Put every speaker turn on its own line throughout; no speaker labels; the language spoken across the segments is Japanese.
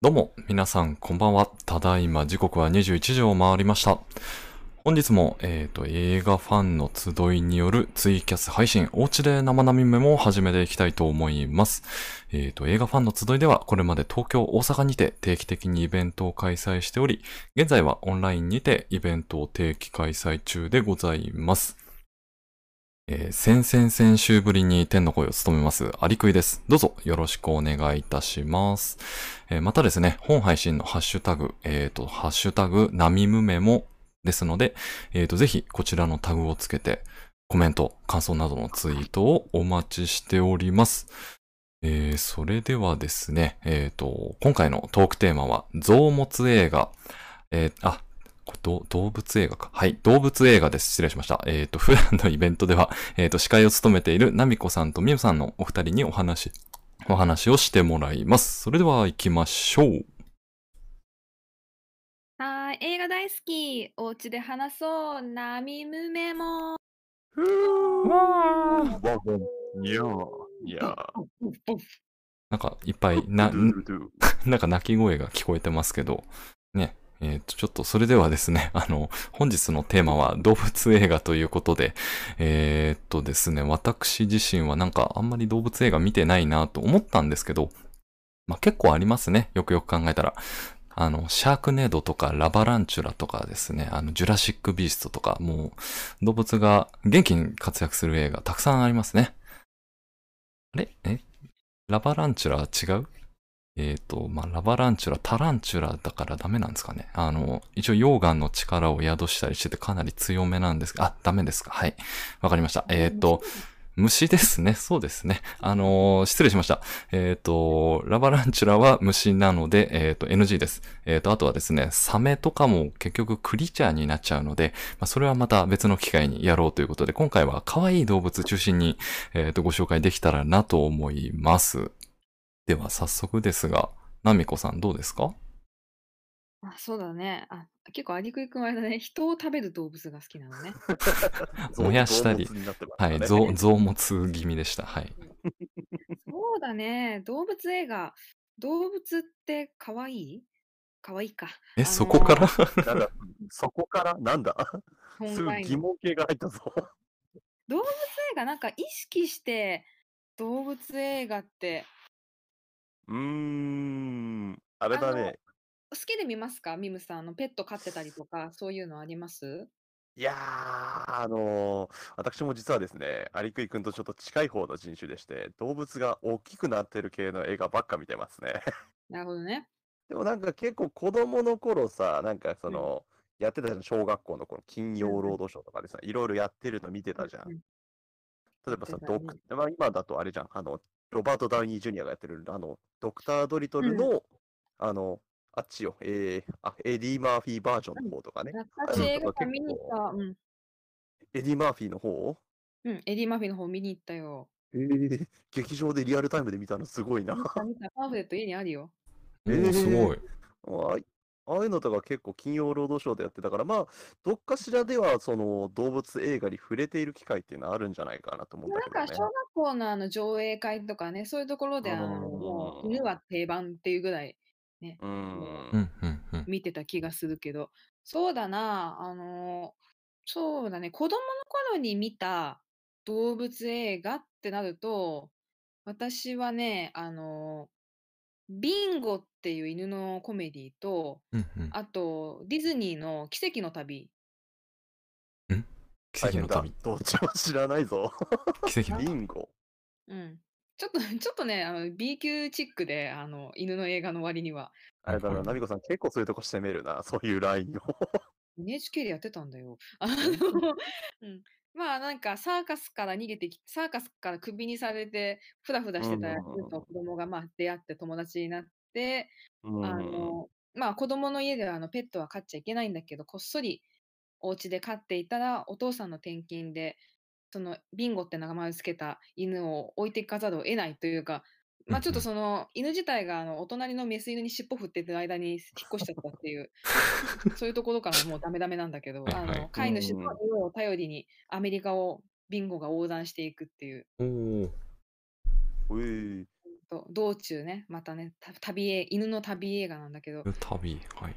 どうも、皆さん、こんばんは。ただいま、時刻は21時を回りました。本日も、えっ、ー、と、映画ファンの集いによるツイキャス配信、おうちで生並みメモを始めていきたいと思います。えっ、ー、と、映画ファンの集いでは、これまで東京、大阪にて定期的にイベントを開催しており、現在はオンラインにてイベントを定期開催中でございます。えー、先々先週ぶりに天の声を務めます、アリクイです。どうぞよろしくお願いいたします。えー、またですね、本配信のハッシュタグ、えっ、ー、と、ハッシュタグ、ナミムメモですので、えっ、と、ぜひこちらのタグをつけて、コメント、感想などのツイートをお待ちしております。えー、それではですね、えっ、と、今回のトークテーマは、増物映画、えあ、動物映画か。はい。動物映画です。失礼しました。えっ、ー、と、普段のイベントでは、えっ、ー、と、司会を務めているナミコさんとミオさんのお二人にお話、お話をしてもらいます。それでは行きましょう。
はい。映画大好き。お家で話そう。ナミムメモ。ふ
ぅー。いやー。いや
なんか、いっぱい、な、 なんか泣き声が聞こえてますけど、ね。えっ、ー、と、ちょっとそれではですね、 あの、本日のテーマは動物映画ということで、えっ、ー、とですね、私自身はなんかあんまり動物映画見てないなと思ったんですけど、まあ、結構ありますね、よくよく考えたら。あの、シャークネードとかラバランチュラとかですね、あの、ジュラシックビーストとか、もう、動物が元気に活躍する映画たくさんありますね。あれえラバランチュラは違うえっ、ー、と、まあ、ラバランチュラ、タランチュラだからダメなんですかね。あの、一応溶岩の力を宿したりしててかなり強めなんですが、あ、ダメですか。はい。わかりました。えっ、ー、と、虫ですね。そうですね。あのー、失礼しました。えっ、と、ラバランチュラは虫なので、えっ、と、NG です。えっ、と、あとはですね、サメとかも結局クリーチャーになっちゃうので、まあ、それはまた別の機会にやろうということで、今回は可愛い動物中心に、えっ、と、ご紹介できたらなと思います。では早速ですが、ナミコさんどうですか
あそうだねあ。結構アリクイ君はあれだね、人を食べる動物が好きなのね。
燃やしたり、はい、増増物気味でした。はい。
そうだね、動物映画、動物って可愛い可愛い か。
え、あのー、そこから
なんだ そこからなんだ すぐ疑問系が入ったぞ。
動物映画、なんか意識して動物映画って
うん、あれだね。
好きで見ますかミムさんのペット飼ってたりとか、そういうのあります
いやー、あのー、私も実はですね、アリクイ君とちょっと近い方の人種でして、動物が大きくなってる系の映画ばっか見てますね。
なるほどね。
でもなんか結構子供の頃さ、なんかその、うん、やってたじゃん、小学校の頃、金曜ロードショーとかでさ、いろいろやってるの見てたじゃん。うん、例えばさ、ドク、まあ、今だとあれじゃん、あの、ロバート・ダウニー・ジュニアがやってる、あの、ドクター・ドリトルの、うん、あの、あっちよ、えー、あ、エディ・マーフィーバージョンの方とかね。
私、映画館見に行った、うん。
エディ・マーフィーの方
うん、エディ・マーフィーの方見に行ったよ。
えー、 劇場でリアルタイムで見たのすごいな。見た、
見た、パンフレット家にある よ。
え ー、すごい。
ああいうのとか結構金曜ロードショーでやってたから、まあ、どっかしらではその動物映画に触れている機会っていうのはあるんじゃないかなと思ったけど、ね、
なんか小学校のあの上映会とかね、そういうところであのもう犬は定番っていうぐらいね、
うん
見てた気がするけど、そうだな、あの、そうだね、子供の頃に見た動物映画ってなると、私はね、あの、ビンゴっていう犬のコメディと、
うんうん、
あとディズニーの奇跡の旅。
ん奇跡の旅。
どっちも知らないぞ。
奇跡の
ビンゴ。
うん。ちょっと、ちょっとね、あの B 級チックで、あの、犬の映画の割には。
あれだな、ナミコさん結構そういうとこ攻めるな、 そういうラインを。
NHK でやってたんだよ。 あの、うん。まあなんかサーカスから逃げてきサーカスからクビにされてふだふだしてたやつと子供がまあ出会って友達になって、あ のまあ子供の家ではあのペットは飼っちゃいけないんだけどこっそりお家で飼っていたらお父さんの転勤でそのビンゴって名前を付けた犬を置いていかざるを得ないというか、まあ、ちょっとその犬自体があのお隣のメス犬に尻尾振ってる間に引っ越しちゃったっていうそういうところからもうダメダメなんだけど、あの飼い主の匂いを頼りにアメリカをビンゴが横断していくっていう。
お
えー、
と道中ね、またね、た旅映犬の旅映画なんだけど、
旅、はい。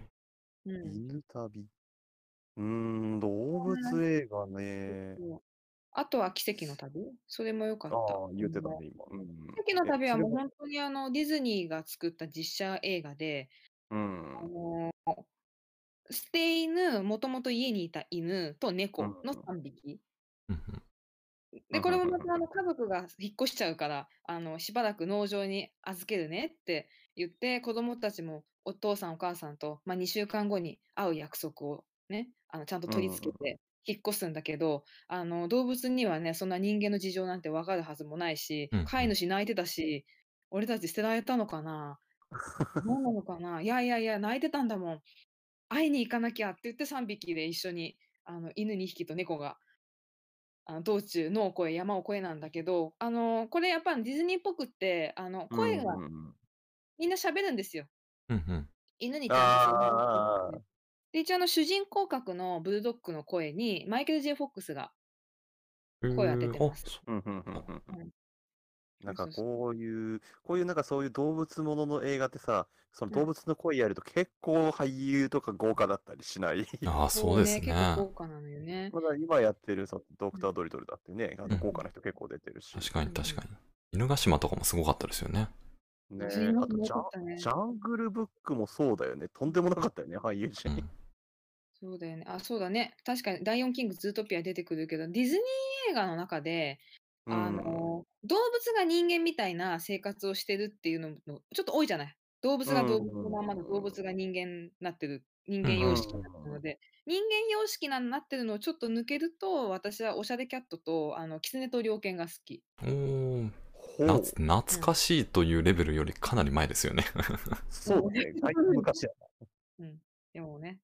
うん
犬旅。うーん、動物映画ね。
そうあとは奇跡の旅それも良か
あ
った。
あ、言ってたね、今。うん
奇跡の旅はもう
え
本当にあのディズニーが作った実写映画で、
それも
あの捨て犬、もともと家にいた犬と猫
うん
の3匹。
うんうん
で、これも
うんう
ま
んうん
たあの家族が引っ越しちゃうから、あのしばらく農場に預けるねって言って、子供たちもお父さんお母さんと、まあ、2週間後に会う約束をね、あのちゃんと取り付け
うんうん
て引っ越すんだけど、あの動物にはね、そんな人間の事情なんてわかるはずもないし
うんうん、
飼い主泣いてたし、俺たち捨てられたのか な何なのかないやいやいや、泣いてたんだもん。会いに行かなきゃって言って3匹で一緒にあの犬2匹と猫があの道中野を越え山を越えなんだけどあのこれやっぱディズニーっぽくってあの
うんうん
声が
うんうん
みんな喋るんですよ、
うんうん。
犬に
あー
対してで一応あの主人公格のブルドッグの声にマイケル・ J ・フォックスが声当ててます
えーあそ
うんうんうんうんう
うんん
なんか
そうそう
こういう、こういうなんかそういう動物ものの映画ってさ、その動物の声やると結構俳優とか豪華だったりしない。
うああ、そうですね。
これ結構豪華なのよね
まだ今やってるそのドクタードリトルだってね、あ
う
の
ん
豪華な人結構出てるし。
確かに確かに。犬ヶ島とかもすごかったですよね。
ね
ジングル
あと
も
ジ
良か
ャン
ったね
ジャングルブックもそうだよね。とんでもなかったよね、俳優
う
陣。
ん。
そうだよねあそうだね確かに「ライオンキング」「ズートピア」出てくるけどディズニー映画の中であ
うん
の動物が人間みたいな生活をしてるっていうのもちょっと多いじゃない動物が動物のままで
うん
動物が人間になってる人
う
間
ん
様式になってるので人間様式になってるのをちょっと抜けると私はおしゃれキャットとあのキツネと猟犬が好き
おー
ほ
な
う
つ、懐かしいというレベルよりかなり前です よね。
そうだね。だいぶ昔や
でもね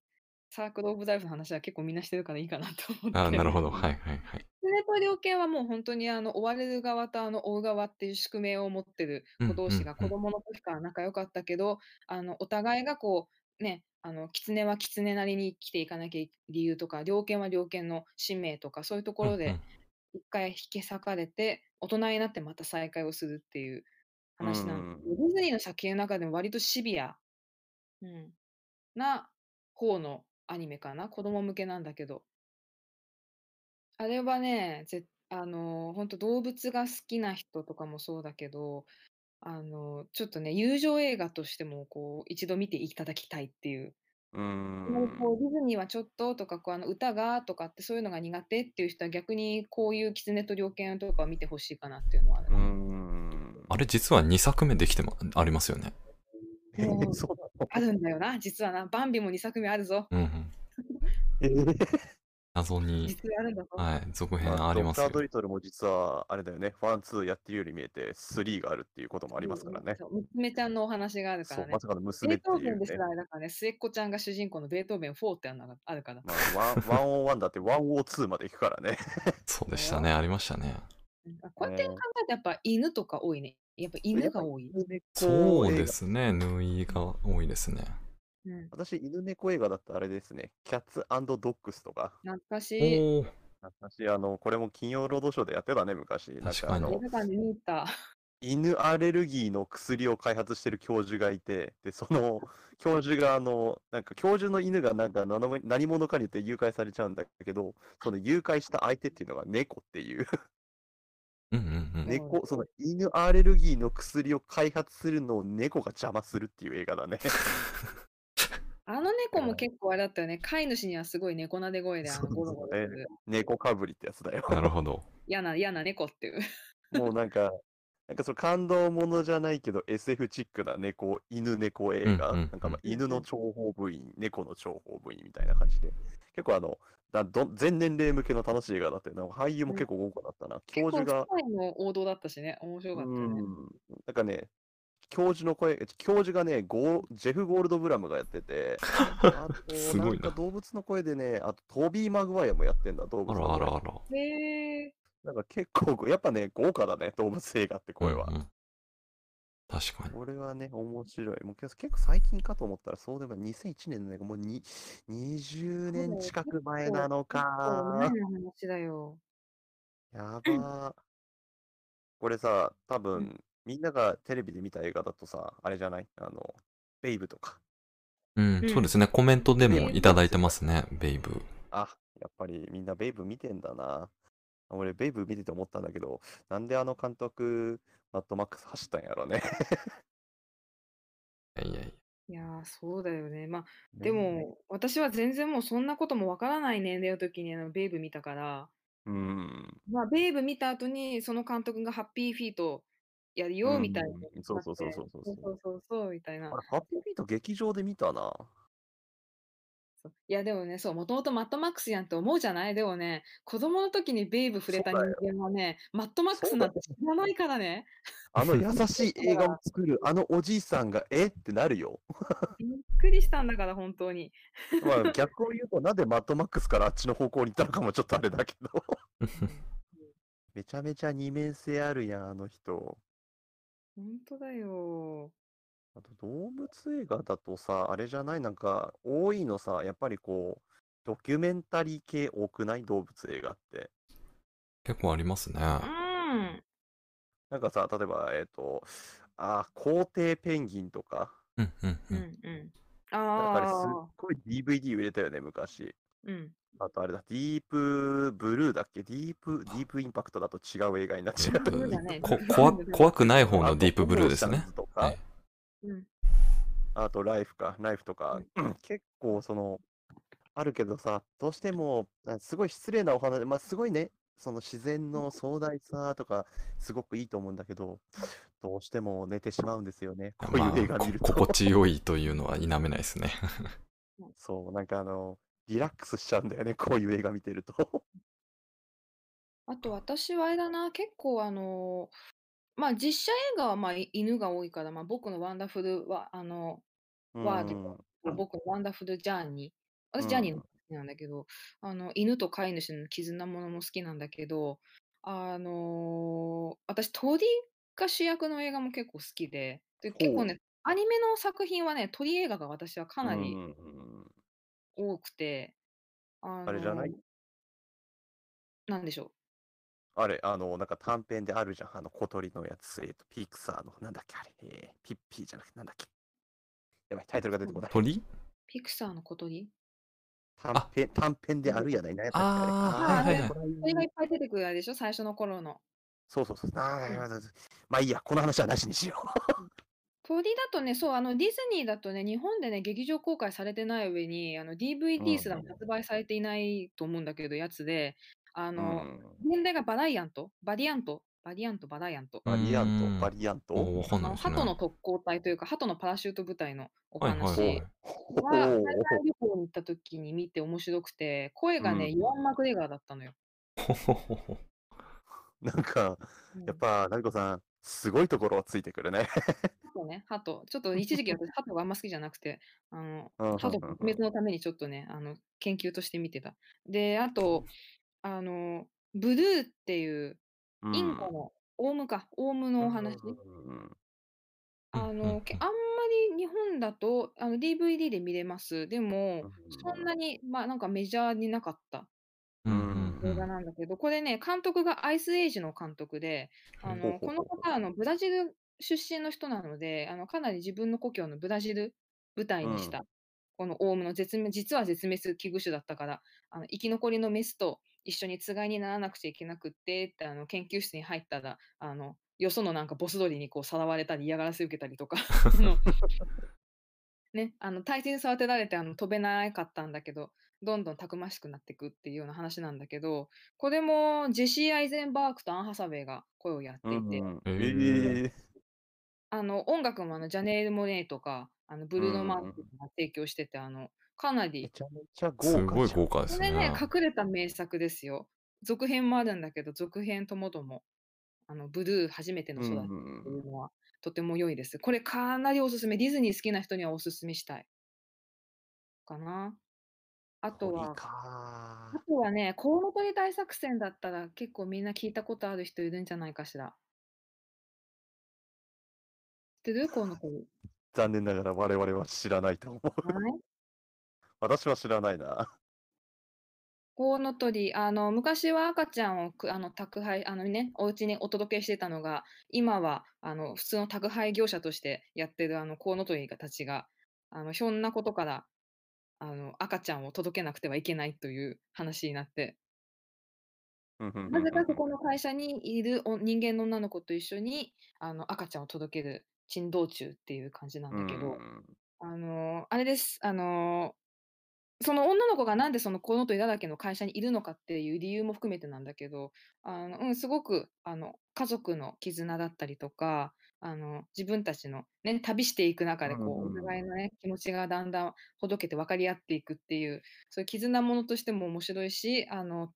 サークル・オブ・ライフの話は結構みんなしてるからいいかなと思って
あなるほど。
キ
はいはいはい。
ツネと猟犬はもう本当にあの追われる側とあの追う側っていう宿命を持ってる
うん
子同士
う
が
んうん
子供の時から仲良かったけど、あのお互いがこうねあの狐は狐なりに生きていかなきゃい理由とか猟犬は猟犬の使命とかそういうところ
うんう
で
ん
一回引き裂かれて大人になってまた再会をするっていう話なんですけど、ディズニーの作品の中でも割とシビア、うん、な方のアニメかな子供向けなんだけどあれはねぜあの本当動物が好きな人とかもそうだけどあのちょっとね友情映画としてもこう一度見ていただきたいっていう
うーん。
もうこうディズニーはちょっととかこうあの歌がとかってそういうのが苦手っていう人は逆にこういう「狐と猟犬」とかを見てほしいかなっていうのはある
うーん。
あれ実は2作目できてもありますよね。
えー
もう
そう
あるんだよな実はなバンビも2作目あるぞ
うんうん。
なのえー
謎に、
実はあるんだぞ、
はい、続編
ま
あります
ド
よ
クター・ド。リトルも実は、あれだよね、ワン、ツーやってるように見えて、スリーがあるっていうこともありますからね。
そう娘ちゃんのお話があるか
そう、
らね
まさかの
ベ
娘っ
ー
て
トー
い
ベ
う
ンです
ね。
らあれだからね末っ子ちゃんが主人公のベートーベン4ってあるのがあるから
まあ、ワンワンオンワンだってワンオーツーまで行くからね。
そうでしたね、ありましたね。
うんあこうやって考えてやっぱ犬とか多いねやっぱ
や
犬
っぱ。
が多い、
そうですすね、縫いが多いですね。
うん、
私、犬猫映画だったあれですね。キャッツドッグスとか。
懐かしい
おお、
私、あの、これも金曜ロードショーでやってたね、昔。なん
確か
あ
に
の
映画館で見に行った
犬アレルギーの薬を開発してる教授がいて、で、その教授が、あの、なんか教授の犬がなんか何も何者かによって誘拐されちゃうんだけど、その誘拐した相手っていうのが猫っていう、
うんうんうん。
猫、その犬アレルギーの薬を開発するのを猫が邪魔するっていう映画だね。
あの猫
う
も
ん
結構あれだったよね。飼い主にはすごい猫なで声であ
そ
の
う
ゴロゴロ
です
する。
猫かぶりってやつだよ。
なるほど。
嫌な、嫌な猫っていう。
もうなんか、なんかその感動ものじゃないけど SF チックな猫、犬猫映画、
うんうんうん
なんかまあ
うんうん
犬の諜報部員、猫の諜報部員みたいな感じで、結構あの、だど全年齢向けの楽しい映画だったよなんか俳優も結構豪華だったな。教授が
結、構世界の王道だったしね。面白
う
かったよね。
ん、なんかね、教授の声、教授がね、ゴージェフ・ゴールドブラムがやってて、あ と
すごい
な
なん
か動物の声でね、あとトビー・マグワイアもやってんだ、動
あ
物の
らあ
声
らあら。
へえ。
なんか結構、やっぱね、豪華だね、動物映画って声は
うん。うん確かに。
これはね、面白い。もうけど結構最近かと思ったら、そうでもない2001年だね、もうに20年近く前なの
そう、
か。
前の話だよ。
やばー。これさ、多分、みんながテレビで見た映画だとさ、あれじゃないあの、ベイブとか。
うん、そうですね。コメントでもいただいてますね、ベイブ。
あ、やっぱりみんなベイブ見てんだな。俺、ベイブ見てて思ったんだけど、なんであの監督、マッドマックス走ったんやろね。
いやいやいや。
いやーそうだよね。まあ、で、も、私は全然もうそんなこともわからない年齢の時にあのベイブ見たから、
うん。
まあ、ベイブ見た後にその監督がハッピーフィートやるよみたいな
うんうんうん
な
そうそうそう
って
そうそう
そ
そうう
そうそうそうみたいな
あ。れ、ハッピーフィート劇場で見たな。
そういやでもね、そう、もともとマットマックスやんって思うじゃないでもね、子供の時にベイブ触れた
そ
人
うだよ
間はね、マットマックスなんて知らないからね。
あ の優しい映画を作る、あのおじいさんが、えってなるよ。
びっくりしたんだから、本当に。
ま あ、逆を言うと、なんでマッドマックスからあっちの方向に行ったのかもちょっとあれだけど。 めちゃめちゃ二面性あるやん、あの人。
本当だよ。
あと動物映画だとさ、あれじゃないなんか、多いのさ、やっぱりこう、ドキュメンタリー系多くない動物映画って。
結構ありますね。
うん。
なんかさ、例えば、えっ、と、あー、皇帝ペンギンとか、
うんうん
う
うんん。
うん。
なんかあれすっ
ああ。
ごい DVD 売れたよね、昔。
うん。
あとあれだ、ディープブルーだっけディープ、ディープインパクトだと違う映画になっちゃう。
そうだね
こ怖怖くない方のディープブルーです
あ
ね
と。とか、
はい、
うん。
あとライフか、ライフとか、 結構その、あるけどさ、どうしても、あすごい失礼なお話、まあすごいね、その自然の壮大さとか、すごくいいと思うんだけど、どうしても寝てしまうんですよね。こうい
ま
う映
あ、
画見
こ
ると。
心地よいというのは否めないですね。
そう、なんかあの、リラックスしちゃうんだよね、こういう映画見てると。
あと私はあれだな、結構あのーまあ実写映画はまあい犬が多いから、まあ僕のワンダフルは、あの、ワード
うんうん
僕のワンダフルジャーニー。
う
私
ん
ジャーニーの方が好きなんだけど、あの、犬と飼い主の絆ものも好きなんだけど、あのー私鳥が主役の映画も結構好きで、で
ほう
結構ね、アニメの作品はね、鳥映画が私はかな
う
り
んうんうん
多くて、あ
あれじゃない
のーなんでしょう。
あれ、あの、なんか短編であるじゃん。あの、小鳥のやつ。えっ、と、ピクサーの、なんだっけ、あれ、えーピッピーじゃなくて、なんだっけ。やばい、タイトルが出てこない。
鳥
ピクサーの小鳥
短編、短編であるやない、なんやったっけあれ
あ
ーはいはい
はい
これ
鳥がいっぱい出てくるあれでしょ最初の頃の。
そうそうそう。あーやばいまあいいや、この話はなしにしよ
鳥だとね、そう、あの、ディズニーだとね、日本でね、劇場公開されてない上に、あの、DVD すらも
うん
発売されていないと思うんだけど、やつで、あ
う。
の、
うん
年代がバライアント、バリアント、バリアント、バライアント。
バリアン
うん
ト、バリアント。
おーわかん
あ
ない
の、
ですね。
鳩の特攻隊というか、鳩のパラシュート部隊のお
はい
話。
はいはい。
ほ
は海
ほう
外旅行に行った時に見て面白くて、声がね、
うん
イワン・マクレガーだったのよ。
ほほほほ
なんか、
うん
やっぱ、なみこさん、すごいところをついてくるね。
そうね、ハト。ちょっと一時期私、ハトがあんま好きじゃなくて、あの、
うんうんうん
ハト撲滅のためにちょっとね、あの、研究として見てた。で、あと、あの、ブルーっていう、インコの、オウムか、オウムのお話。
うん
あ
うんうんう
の
ん、
けあんまり日本だと、あの、DVD で見れます。でも、そんなに、まあなんかメジャーになかった
うんうんう
映
ん
画なんだけど、これね、監督がアイスエイジの監督で、あ
うん
の、この方、あの、ブラジル出身の人なので、あの、かなり自分の故郷のブラジル舞台にした、このオウムの絶滅、実は絶滅危惧種だったから、あの、生き残りのメスと一緒につがいにならなくちゃいけなくって、ってあの、研究室に入ったら、あの、よそのなんかボス鳥にこうさらわれたり嫌がらせ受けたりと か、あのね、あの、大切に育てられて、あの、飛べなかったんだけど、どんどんたくましくなっていくっていうような話なんだけど、これもジェシー・アイゼンバーグとアン・ハサウェイが声をやっていて、
うんうん
え
え
ー
え。
あの音楽もあのジャネール・モネーとかあのブルーノ・マー
うんうん
ズが提供してて、あのかな
め
り
ちゃめちゃ豪華じゃ
す
ん。
ごい豪華で
こ
す
れね
ね。
隠れた名作ですよ続編もあるんだけど続編ともどもあのブルー初めての
うん
育
う
てっ
ん
て
うん
いうのはとても良いですこれかなりおすすめディズニー好きな人にはおすすめしたいかなあと
鳥
は
か
あとはね、コウノトリ大作戦だったら結構みんな聞いたことある人いるんじゃないかしら。知ってるコウノトリ。
残念ながら 我々は知らないと思う。
はい
私は知らないな。
コウノトリ、あの、昔は赤ちゃんをくあの宅配、あのね、お家にお届けしてたのが、今は、あの、普通の宅配業者としてやってる、あの、コウノトリたちが、あの、ひょんなことから、あの、赤ちゃんを届けなくてはいけないという話になって、なぜかそこの会社にいるお人間の女の子と一緒に、あの、赤ちゃんを届ける、珍道中っていう感じなんだけど、あの、あれです、あの、その女の子がなんでそのこのといだらけの会社にいるのかっていう理由も含めてなんだけど、あのうん、すごくあの家族の絆だったりとか、あの自分たちの、ね、旅していく中でこう、お互いの、ね、気持ちがだんだんほどけて分かり合っていくっていう、そういう絆ものとしても面白いし、あの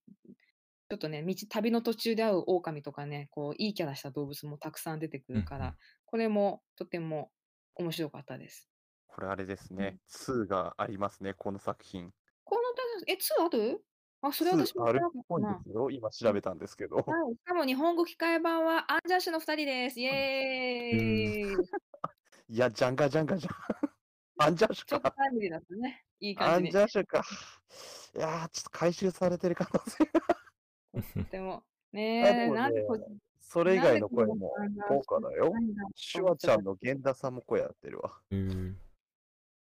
ちょっとね道、旅の途中で会う狼とかね、こういいキャラした動物もたくさん出てくるから、これもとても面白かったです。
これあれですね、うん、2がありますね、この作品。
このえ、2あるあ、それ私も、
知らなかったな。今調べたんですけど。はい
しかも日本語吹き替え版はアンジャッシュの2人です。イエーイ、うん、
いや、ジャンガジャンガじゃん。 アンジャッシュ
ちょっとタイムリーだったね。いい
ア
感
ン
じ
ジャッシュか。いやー、ちょっと回収されてる可能性が。
に。でも、
あ
ね
で
え、
も
なんで
ね
こっち
それ以外の声も
なんでこ
豪
の
華だよ。
なんだ
シュワちゃんの源田さんも声やってるわ。
えー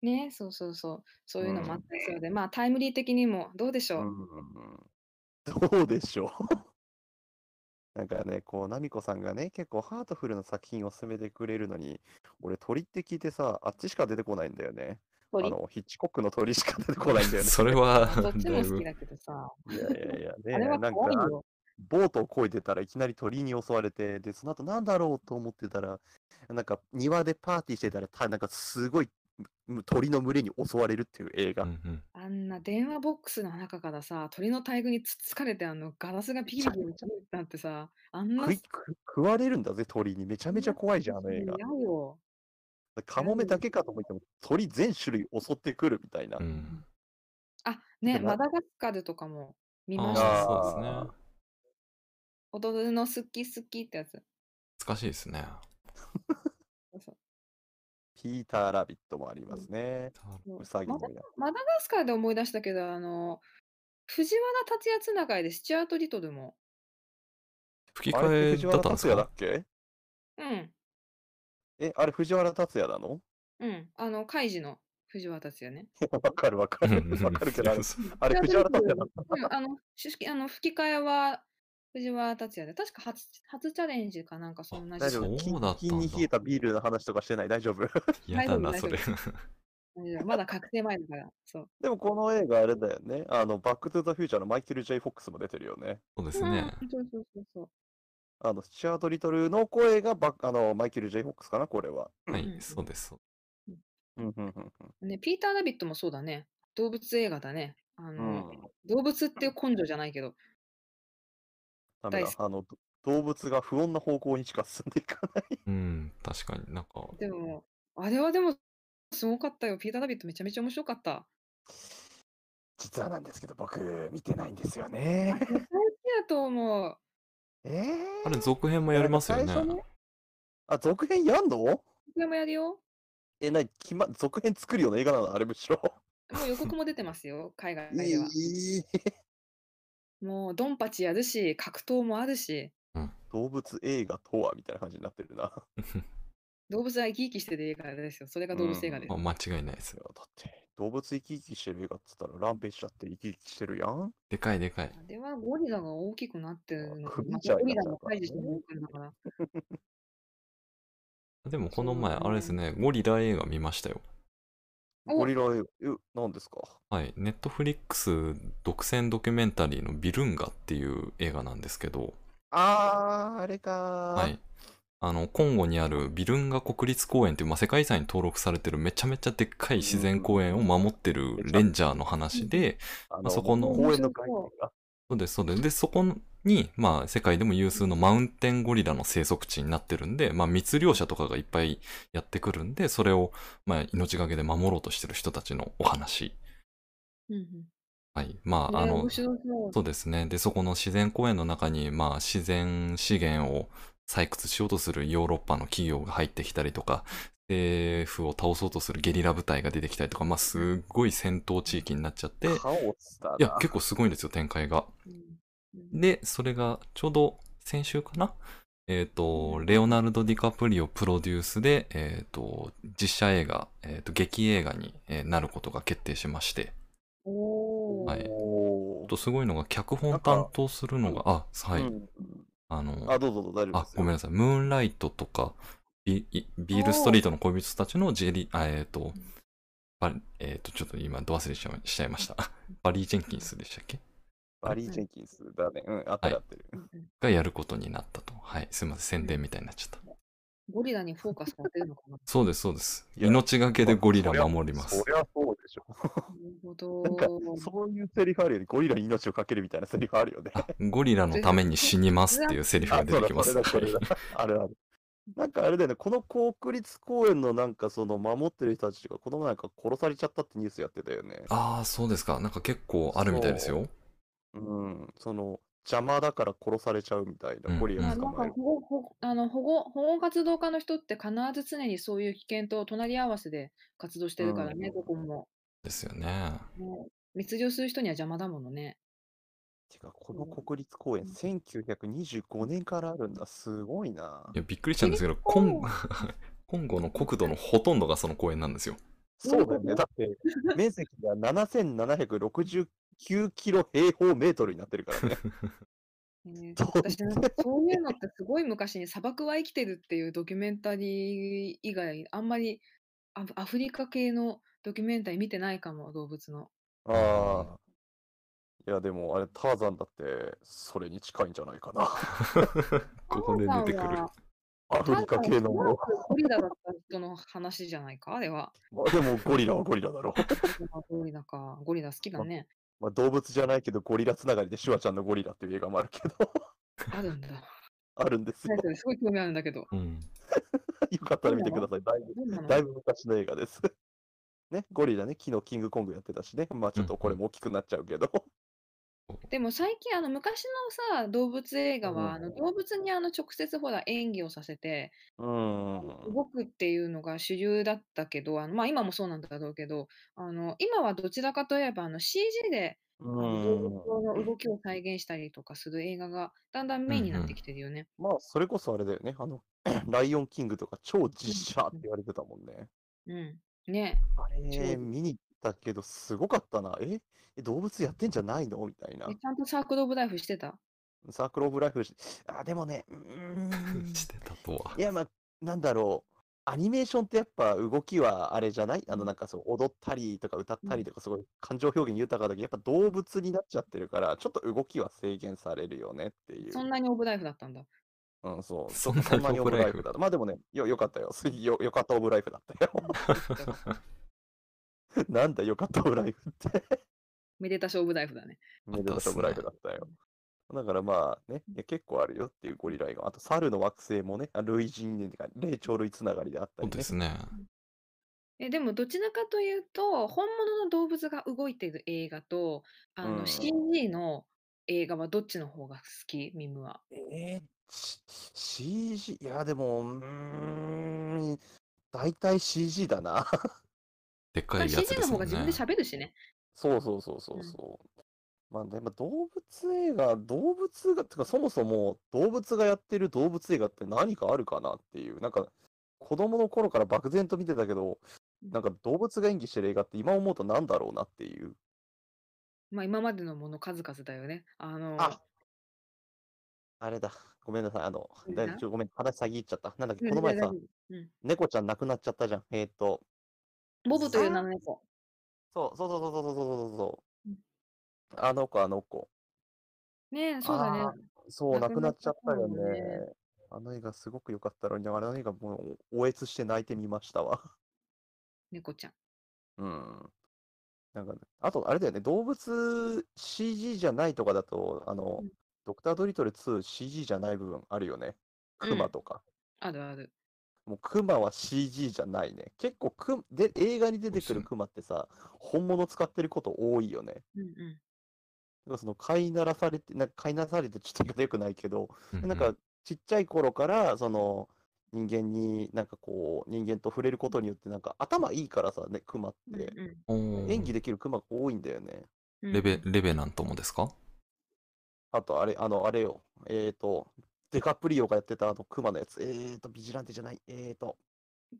ね、そうそうそう、そういうのもあ
う
っ
ん
たりするので、まあタイムリー的にもどうでしょ
う
う。
んどうでしょ うなんかね、こう、ナミコさんがね、結構ハートフルな作品を勧めてくれるのに、俺、鳥って聞いてさ、あっちしか出てこないんだよね。あ
鳥
の、ヒッチコックの鳥しか出てこない んだよね。
それは、
どっち
だ
も
い
好
ぶ
きだけどさ、
いやいやいや、
あれ
ね
は
なん
怖い
か、
よ。
ボートを漕いでたらいきなり鳥に襲われて、で、その後なんだろうと思ってたら、なんか庭でパーティーしてたら、たなんかすごいむ鳥の群れに襲われるっていう映
う
画。
んうん
あんな電話ボックスの中からさ、鳥の大群につっつかれて、あのガラスがピキピキ打ち抜いてなってさ、あんな
食い食食われるんだぜ、鳥に。めちゃめちゃ怖いじゃん、あの映画。
嫌よ。
カモメだけかと思っても、鳥全種類襲ってくるみたいな。
う
あ
ん。
あ、ね、
でも
マダガスカルとかも見ました
ああ、そ
ね。
う
あ
ですね。
ー
踊るの好き好きってやつ。
難しいですね。
そうそう
ピーター・ラビットもありますね。
そう
うさぎ
マ
の
ダ
や。
マダガスカルで思い出したけど、あの、藤原竜也つながりでスチュアート・リトルも。
吹き
あれって
替え
藤
だ
原
ったんです
竜也だ
か
っけ
うん、
え、あれ藤原竜也なの
うん。あの、カイジの藤原竜也ね。
わかるわか
うん
る。
うん
わかるけど、あれ
そう
あれ藤原竜也だっ
うん、あの、ししあの吹き替えは藤原竜也で、確か初初チャレンジかなんか そんな
た。
じ
大
だ
丈
った
夫。
そう
キン
だったんだ
キンに冷えたビールの話とかしてない。大丈夫。
嫌だな、
大
そ
丈夫
れ
大。大丈夫まだ確定前だから、そう。
でもこの映画あれだよね。あの、バックトゥザフューチャーのマイケル・ J ・フォックスも出てるよね。
そうで
う
すね。
ん、そうそうそうそう。
あの、スチュアート・リトルの声がバックあの、マイケル・ J ・フォックスかな、これは。
は
うん
い、
うん
そうです。そう
うんうんうん
ね、ピーター・ラビットもそうだね。動物映画だね。あ
うん
の、
うん。
動物っていう根性じゃないけど、
ダメ
大好
だ。あの、ど動物が不穏な方向にしか進んでいかない。
うん、確かになんか、
でも、あれはでも、すごかったよ。ピーター・ラビットめちゃめちゃ面白かった。
実はなんですけど、僕、見てないんですよね。
大好きだと思う。
ええ
あれ続編もやりますよね。
なんか最初ねあ、続編やんの
これもやるよ。
え、なに、決ま、続編作るような映画なのあれむしろ。
もう予告も出てます よ、海外
い
では。
い
もうドンパチやるし、格闘もあるし、
動物映画とはみたいな感じになってるな。い
動物は生き生きしてる映画ですよ。それが動物映画です
まあ、。間違いないです
や。だって、動物生き生きしてる映画っつったら、ランページだって生き生きしてるやん。
でかいでかい。
あれはゴリラが大きくなってるの
クリ
ま
ーチャ
た
ー
ゴ
に
リ
な
ラ
っちゃう
も
から
退治してる
ね。
んだから。
でもこの前、
そう
あ
だ
れ
ね
ですね、ゴリラ映画見ましたよ。
お
ゴリラ映画、え、何ですか
はい、ネットフリックス独占ドキュメンタリーのビルンガっていう映画なんですけど、
あー、あれかー。
はい。。あの、コンゴにあるビルンガ国立公園っていう、まあ、世界遺産に登録されてるめちゃめちゃでっかい自然公園を守ってるレンジャーの話で、
あ
あそこの
公園の概念が。
そうです、そうです。で、そこに、まあ、世界でも有数のマウンテンゴリラの生息地になってるんで、まあ、密猟者とかがいっぱいやってくるんで、それを、まあ、命がけで守ろうとしてる人たちのお話。
うん
はい。ま
うん。
あ、
ね
あの
面、白そう。
そうですね。で、そこの自然公園の中に、まあ、自然資源を採掘しようとするヨーロッパの企業が入ってきたりとか、政府を倒そうとするゲリラ部隊が出てきたりとか、まあ、すっごい戦闘地域になっちゃって、い
カオスだな。
や、結構すごいんですよ、展開が。
うんうん
で、それがちょうど先週かなえっ、と、レオナルド・ディカプリオプロデュースで、えっ、と、実写映画、えっ、と、劇映画にえーなることが決定しまして、
おー
はい
お
あとすごいのが、脚本担当するのが、あ、はい、
うん
あの、
あ、どうぞどうぞ、大丈夫
あ
です、よ。
ごめんなさい、ムーンライトとか、ビいビールストリートの恋人たちのジェリー、あえっ、と、バリえっ、と、ちょっと今、ど忘れしちゃいしちゃいました。 バリー・ジェンキンスでしたっけ
バリー・ジェンキンスだね。うん、あってる合ってる。
うんうん
がやることになったと。はい、すいません、宣伝みたいになっちゃった。
ゴリラにフォーカスされてるのかな
そうです、そうです。
いや
命がけでゴリラ守りま
そ
す。
りゃそうでしょ。
なるほど
なんか、そういうセリフあるより、ゴリラに命をかけるみたいなセリフある よね。
あゴリラのために死にますっていうセリフ
あ
が出てきま
そ
す。
うだそれだそれ
は
だあるある。なんかあれだよね、この国立公園のなんかその守ってる人たちがこの前なんか殺されちゃったってニュースやってたよね。
いああ、そうですか。なんか結構あるみたいですよ。
うん、その邪魔だから殺されちゃうみたい
うん
な、ゴリ
ま
ラ
あな
捕
ん
まえ
か
る。
保護保護あの保護保護活動家の人って必ず常にそういう危険と隣り合わせで活動してるからね、
うん
どこも。
ですよね。
ね密漁する人には邪魔だものね。
てか、この国立公園、1925年からあるんだ。すごいな。
いや、びっくりしたんですけど、コン コンゴの国土のほとんどがその公園なんですよ。
そうだよね。だって、面積が7769キロ平方メートルになってるから ね。
ね
そう
私なん かそういうのってすごい昔に「砂漠は生きてる」っていうドキュメンタリー以外あんまりアアフリカ系のドキュメンタリー見てないかも動物の。
ああ。いや、でも、あれ、ターザンだって、それに近いんじゃないかな。
ここで出てく
ターザン
る。
は
アフリカ系のもの。
ターザンはゴリラだった人の話じゃないかあれは。
まあでも、ゴリラはゴリラだろう。
ゴリラか。ゴリラ好きだね。
まあ、動物じゃないけど、ゴリラつながりでシュワちゃんのゴリラっていう映画もあるけど、
あるん だ。
あるんですよ
何。それすごい興味あるんだけど。
うん。
よかったら見てください。だいぶ
どんなの
だいぶ昔の映画です。ね、ゴリラね、昨日キングコングやってたしね、まあちょっとこれも大きくなっちゃうけど。
でも最近あの昔のさ動物映画
うん
はあの動物にあの直接ほら演技をさせて
うん。
動くっていうのが主流だったけどあの、まあ、今もそうなんだろうけどあの今はどちらかといえばあの CG で
う
あの
ん
動物の動きを再現したりとかする映画がだんだんメインになってきてるよね。
まあ、それこそあれだよね。あの、 ライオンキングとか超実写って言われてたもんね。
うん、ね
あれ、
超
見に行ったけど、すごかったな。ええ動物やってんじゃないのみたいな
え。ちゃんとサークル・オブ・ライフしてた
サークル・オブ・ライフし、あ、でもね、うー ん。
してたとはい
や、まあ、なんだろう。アニメーションってやっぱ動きはあれじゃないあ
う
の
ん
なんかそう踊ったりとか歌ったりとかすごい感情表現豊かだけどやっぱ動物になっちゃってるからちょっと動きは制限されるよねっていう。
そんなにオブ・ライフだったんだ。
うん、そう。
そん
ちょっと
なにオブライフ
だった。まあでもね、よ、よかったよ。 すよ、よかったオブライフだったよ。 なんだよかったオブライフ って。
めでたしオブ・ライフだね。
めでたしオブライフだったよ。だからまあね、いや結構あるよっていうゴリラが。あと、猿の惑星もね、あ類人類とか、霊長類つながりであっ
そ
たり
う
ね。
ですね。
えでもどちらかというと本物の動物が動いている映画とあの、
うん
CG の映画はどっちの方が好きミムは。
えー、C- CG、いやでも、うーん、大体 CG だな。
でっかいやつ
CG
で
の
す
方
も
が
ん
自分
ね
で。喋るしね。
そうそうそうそううんそう。まあでも動物映画、動物が、てかそもそも動物がやってる動物映画って何かあるかなっていう、なんか子供の頃から漠然と見てたけど、なんか動物が演技してる映画って今思うとなんだろうなっていう。
まあ今までのもの数々だよね。あの
ああれだ。ごめんなさい。あの、
いい
だい
な
ぶちょごめん、話遮っちゃった。なんだっけ、
うん
この前
大丈
さ
夫、うん
猫ちゃん亡くなっちゃったじゃん。えっと、
ボブという
さ
名の猫。
そうそうそうそうそうそうそうそ
う
うそ
ん
う。あの子、あの子。
ねえ、そうだね。
あそう、
亡
亡
くな
くな
っ
っ
ち
ち
ゃ
ゃ
っ
ったた
も
よ
んね
ね。あの映画すごく良かったのに、あれの映画もう、おえつして泣いてみましたわ。
猫ちゃん。
うん。なんか、あと、あれだよね、動物 CG じゃないとかだと、あの、
うん
ドクター・ドリトル 2CG じゃない部分あるよね。
うん
クマとか。
あるある。
もうクマは CG じゃないね。結構ク、で、映画に出てく
そうっすね
るクマってさ、本物使ってること多いよね。
うんう
だからその飼いならされて、なんか飼いならされてちょっと言い方良くないけど、
うう
なんかちっちゃい頃からその人間になんかこう人間と触れることによってなんか頭いいからさねクマっ
うん
て、
うん
おー
演技できるクマが多いんだよね
うん
レベ、レベナントもですか
あとあれあのあれよえっ、ー、とデカプリオがやってたあのクマのやつえーとビジランテじゃないえーと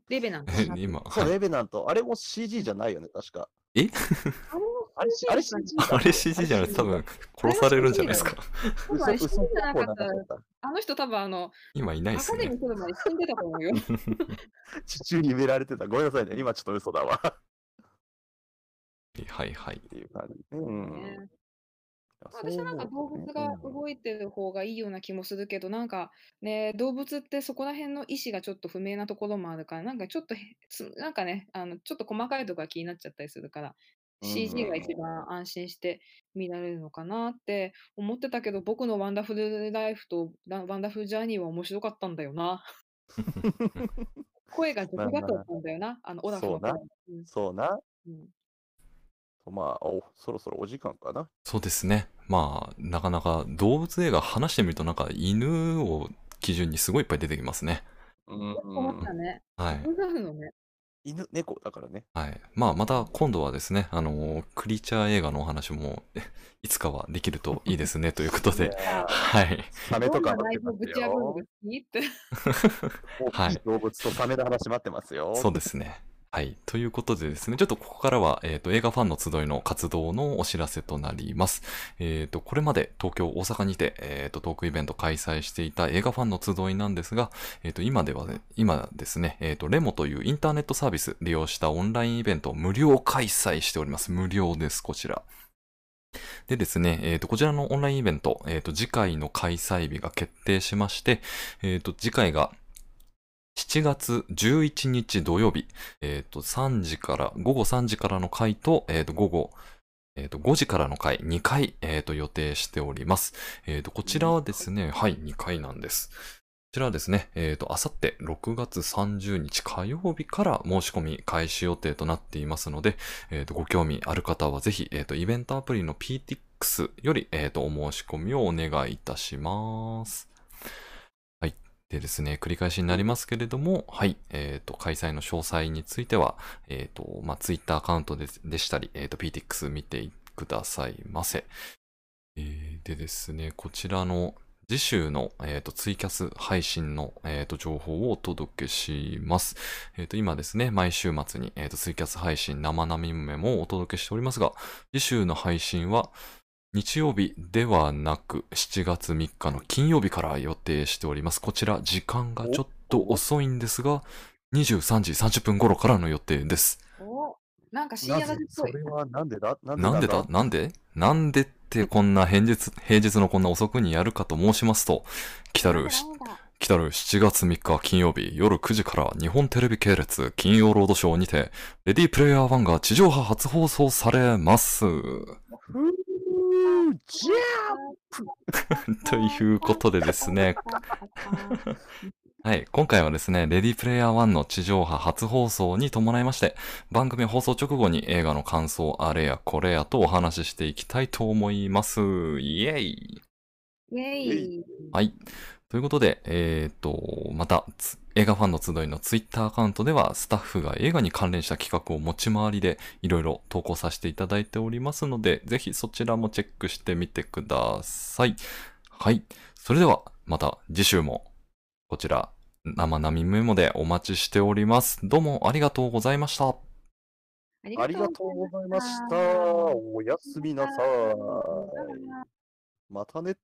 レベな んかな
今、
そう
はい。
レベナントあれも CG じゃないよね確か
え
あれあれ CG だ
あれ CG じゃない多分殺されるんじゃないですか。
多分あれ死ん
嘘
で
嘘
なかったら
嘘嘘嘘
あの人多分あの、
今いない
ア
です
カデミ
ね
ー。来るまで死んでたと思うよ。
地中に埋められてたごめんなさいね今ちょっと嘘だわっ
はいはい。
ていう感じうん
ね私はなんか動物が動いてる方がいいような気もするけど、なんかね、動物ってそこら辺の意思がちょっと不明なところもあるから、なんかちょっとへつ、なんかね、あのちょっと細かいところが気になっちゃったりするから、CG が一番安心して見られるのかなって思ってたけど、僕のワンダフルライフとラワンダフルジャーニーは面白かったんだよな。声が独
まあ
だ
まあ
ったんだよな、あのオラフ
そ
の
うな
声うん
そうな
うん
まあおそろそろお時間かな
そうですね。まあ、なかなか動物映画話してみるとなんか犬を基準にすごいいっぱい出てきますね。
うん
思ったね。
はい。
オラフのね。
犬猫だからね
はい。まあ、また今度はですね、あのークリーチャー映画のお話も、えいつかはできるといいですね、ということ
い
で。
やー
はい。
サメとか
どんな内容
待
ぶ
っ
ち
て
破
ま
る
す
の
よ
が好きって。
はい
いい動物とサメの話待ってますよ。
そうですね。はい。ということでですね、ちょっとここからは、えっ、と、映画ファンの集いの活動のお知らせとなります。えっ、と、これまで東京、大阪にて、えっ、と、トークイベント開催していた映画ファンの集いなんですが、えっ、と、今では、ね、今ですね、えっ、と、レモというインターネットサービス利用したオンラインイベントを無料開催しております。無料です、こちら。でですね、えっ、と、こちらのオンラインイベント、えっ、と、次回の開催日が決定しまして、えっ、と、次回が7月11日土曜日、えっ、と、3時から、午後3時からの回と、えっ、と、午後、えっ、と、5時からの回、2回、えっ、と、予定しております。えっ、と、こちらはですね、はい、2回なんです。こちらはですね、えっ、と、あさって6月30日火曜日から申し込み開始予定となっていますので、えっ、と、ご興味ある方はぜひ、えっ、と、イベントアプリの PTX より、えっ、と、お申し込みをお願いいたします。はい。でですね、繰り返しになりますけれども、はい。えっ、と、開催の詳細については、えっ、と、まあ、Twitter アカウントででしたり、えっ、と、PTX 見てくださいませ。えーでですね、こちらの次週の、えーとツイキャス配信の、えーと情報をお届けします。えーと今ですね、毎週末に、えーとツイキャス配信生並みメもお届けしておりますが、次週の配信は日曜日ではなく7月3日の金曜日から予定しております。こちら時間がちょっと遅いんですが、23時30分頃からの予定です。
おなんか深
な
夜
ぜ
ラジっ
そ
ぽい。
れはなんでだなんで
なんでだなんでなんでってこんな平日、平日のこんな遅くにやるかと申しますと、来たる、し
なんだなんだ
来たる7月3日金曜日夜9時から日本テレビ系列金曜ロードショーにて、レディープレイヤー1が地上波初放送されます。
ふうじ
ということでですね、はい、今回はですね、レディープレイヤー1の地上波初放送に伴いまして、番組放送直後に映画の感想あれやこれやとお話ししていきたいと思います。イエイ
イェイ。
はい。ということで、えっ、と、また、つ映画ファンの集いのツイッターアカウントでは、スタッフが映画に関連した企画を持ち回りで、いろいろ投稿させていただいておりますので、ぜひそちらもチェックしてみてください。はい。それでは、また次週も、こちら、生並メモでお待ちしております。どうもありがとうございました。
あ
ゃありがとうございました。おやすみなさい。またね。